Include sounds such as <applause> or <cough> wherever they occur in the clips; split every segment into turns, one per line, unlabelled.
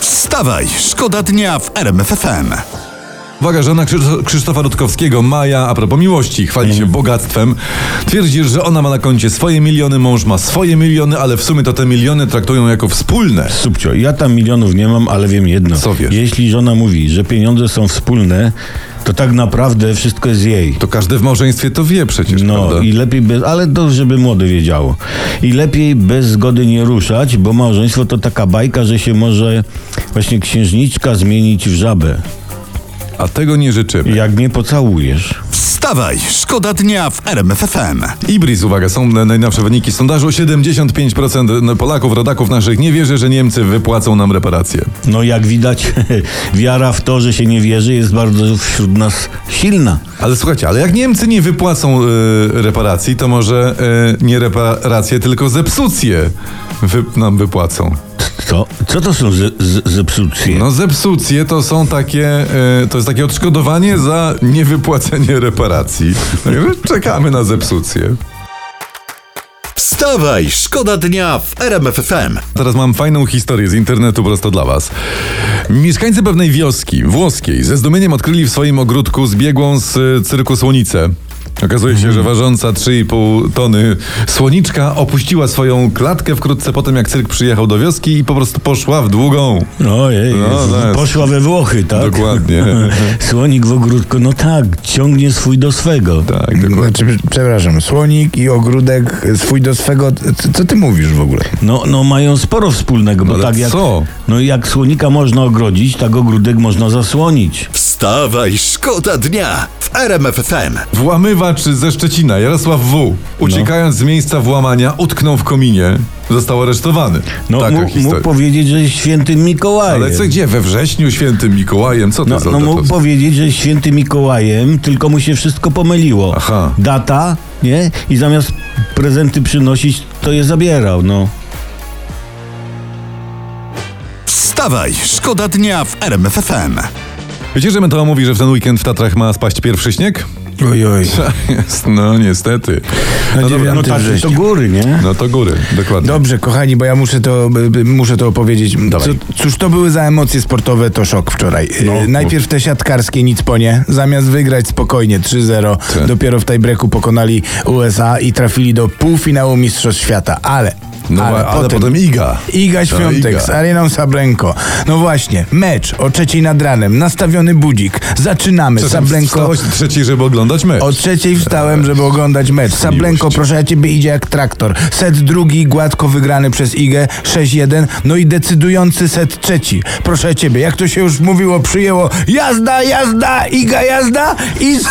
Wstawaj, szkoda dnia w RMFFM.
Uwaga, żona Krzyszto- Krzysztofa Rutkowskiego, Maja, a propos miłości, chwali się bogactwem. Twierdzi, że ona ma na koncie swoje miliony, mąż ma swoje miliony, ale w sumie to te miliony traktują jako wspólne.
Subcio, ja tam milionów nie mam, ale wiem jedno.
Co wiesz?
Jeśli żona mówi, że pieniądze są wspólne, to tak naprawdę wszystko jest jej.
To każdy w małżeństwie to wie przecież,
No
prawda?
i lepiej bez, ale to żeby młode wiedziało. I lepiej bez zgody nie ruszać, bo małżeństwo to taka bajka, że się może właśnie księżniczka zmienić w żabę.
A tego nie życzymy.
Jak nie pocałujesz.
Wstawaj, szkoda dnia w RMFFM.
Ibris, uwaga, są na- najnowsze wyniki sondażu. 75% no, Polaków, rodaków naszych nie wierzy, że Niemcy wypłacą nam reparacje.
No jak widać, <laughs> wiara w to, że się nie wierzy, jest bardzo wśród nas silna.
Ale słuchajcie, ale jak Niemcy nie wypłacą y, reparacji, to może y, nie reparacje, tylko zepsucje wy, nam wypłacą.
Co? Co to są ze- ze- zepsucje?
No zepsucje to są takie, y, to jest takie odszkodowanie za niewypłacenie reparacji. No i my czekamy na zepsucje.
Wstawaj, szkoda dnia w RMFFM.
Teraz mam fajną historię z internetu prosto dla was. Mieszkańcy pewnej wioski włoskiej ze zdumieniem odkryli w swoim ogródku zbiegłą z y, cyrku słonicę. Okazuje
Mhm.
się, że ważąca 3,5 tony słoniczka opuściła swoją klatkę wkrótce po tym, jak cyrk przyjechał do wioski i po prostu poszła w długą.
Ojej,
No, to jest-
poszła we Włochy, tak?
Dokładnie.
<laughs> Słonik w ogródku, no tak, ciągnie swój do swego.
Tak,
Mm,
dokładnie.
Znaczy, przepraszam, słonik i ogródek e, swój do swego. Co, co ty mówisz w ogóle?
No, no mają sporo wspólnego, bo
Ale
tak jak,
co?
no jak słonika można ogrodzić, tak ogródek można zasłonić.
Wstawaj, szkoda dnia w RMFFM.
Włamywacz ze Szczecina, Jarosław W., uciekając z miejsca włamania, utknął w kominie. Został aresztowany.
No
Taka
mógł, mógł
Tak, historia.
powiedzieć, że jest świętym Mikołajem.
Ale co, gdzie? We wrześniu świętym Mikołajem? Co to
No,
za
no mógł
datowska?
powiedzieć, że jest świętym Mikołajem, tylko mu się wszystko pomyliło.
Aha.
Data, nie? I zamiast prezenty przynosić, to je zabierał, no.
Wstawaj, szkoda dnia w RMFFM.
Wiecie, że Meteo mówi, że w ten weekend w Tatrach ma spaść pierwszy śnieg? <laughs>
Ojoj.
Tak jest, no niestety. No, dobra,
No
no,
tak,
września.
to góry, nie?
no to góry, dokładnie.
Dobrze, kochani, bo ja muszę to, by- by- muszę to opowiedzieć. Co, cóż to były za emocje sportowe, to szok wczoraj. Y,
No,
Najpierw te siatkarskie, nic po nie. Zamiast wygrać spokojnie 3-0,
Tak.
dopiero w tiebreaku pokonali USA i trafili do półfinału Mistrzostw Świata. Ale...
No, ale potem Iga.
Iga Świątek
Iga.
z Areną Sablenko. No właśnie, mecz o trzeciej nad ranem, nastawiony budzik. Zaczynamy.
Przepraszam,
Sablenko
wstałeś trzeciej, żeby oglądać mecz.
O trzeciej wstałem, żeby oglądać mecz. Sablenko,
miłości.
proszę ja ciebie, idzie jak traktor. Set drugi, gładko wygrany przez Igę, 6-1. No i decydujący set trzeci. Proszę ciebie, jak to się już mówiło, przyjęło. Jazda, jazda, Iga, jazda i, z-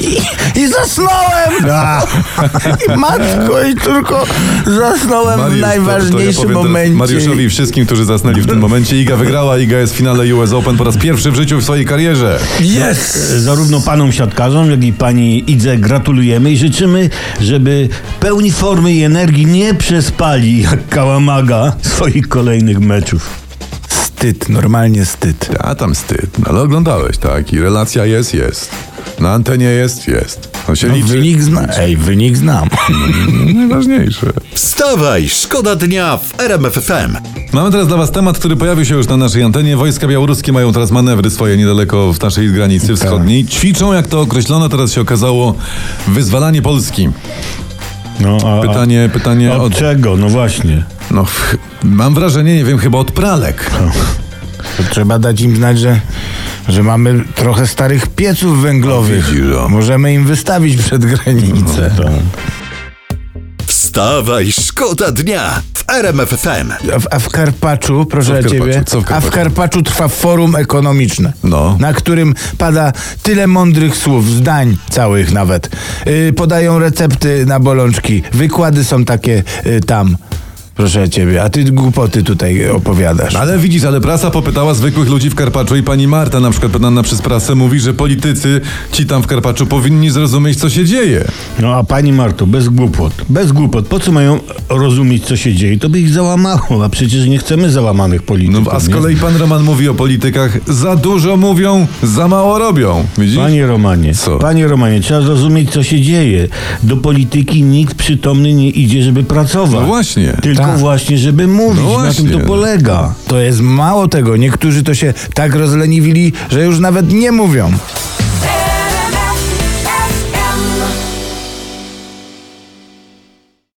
i, i zasnąłem.
<laughs>
I matko i córko, zasnąłem
Mariusz, to-
w
to ja
najważniejszym
powiem teraz
momencie.
Mariuszowi i wszystkim, którzy zasnęli w tym momencie. Iga wygrała, Iga jest w finale US Open po raz pierwszy w życiu w swojej karierze.
Yes!
E, Zarówno panom siatkarzom, jak i pani Idze gratulujemy i życzymy, żeby pełni formy i energii nie przespali jak kałamaga swoich kolejnych meczów.
Wstyd, normalnie wstyd.
A tam wstyd, no, ale oglądałeś, tak? I relacja jest, jest. Na antenie jest, jest. No się
No,
liczy.
wynik znam. Ej, wynik znam.
Najważniejsze.
Wstawaj, szkoda dnia w RMFFM.
Mamy teraz dla Was temat, który pojawił się już na naszej antenie. Wojska białoruskie mają teraz manewry swoje niedaleko w naszej
Tak.
granicy wschodniej. Ćwiczą, jak to określono, teraz się okazało, wyzwalanie Polski.
No, a,
Pytanie, pytanie
a, od
od...
czego? No właśnie.
No, ch- mam wrażenie, nie wiem, chyba od pralek.
To trzeba dać im znać, że, że mamy trochę starych pieców węglowych.
No Widzisz, No, tak. o.
Możemy im wystawić przed granicę.
Wstawaj, szkoda dnia w RMFFM.
A w, a w Karpaczu, proszę
Co w
ciebie,
Karpaczu? Co w
a
Karpaczu?
w Karpaczu trwa forum ekonomiczne,
No.
na którym pada tyle mądrych słów, zdań całych nawet. Yy, podają recepty na bolączki, wykłady są takie yy, tam. Proszę ciebie, a ty głupoty tutaj opowiadasz.
No, Ale widzisz, ale prasa popytała zwykłych ludzi w Karpaczu i pani Marta, na przykład pytana przez prasę, mówi, że politycy ci tam w Karpaczu powinni zrozumieć, co się dzieje.
No a pani Marto, bez głupot. Bez głupot. Po co mają rozumieć, co się dzieje? To by ich załamało, a przecież nie chcemy załamanych polityków.
No, a z
nie?
kolei pan Roman mówi o politykach, za dużo mówią, za mało robią. Widzisz?
Panie Romanie,
Co?
panie Romanie, trzeba zrozumieć, co się dzieje. Do polityki nikt przytomny nie idzie, żeby pracować.
No właśnie.
Tylko
Tak.
właśnie, żeby mówić.
No
na tym
właśnie.
to
Y,
polega.
To jest mało tego. Niektórzy to się tak rozleniwili, że już nawet nie mówią.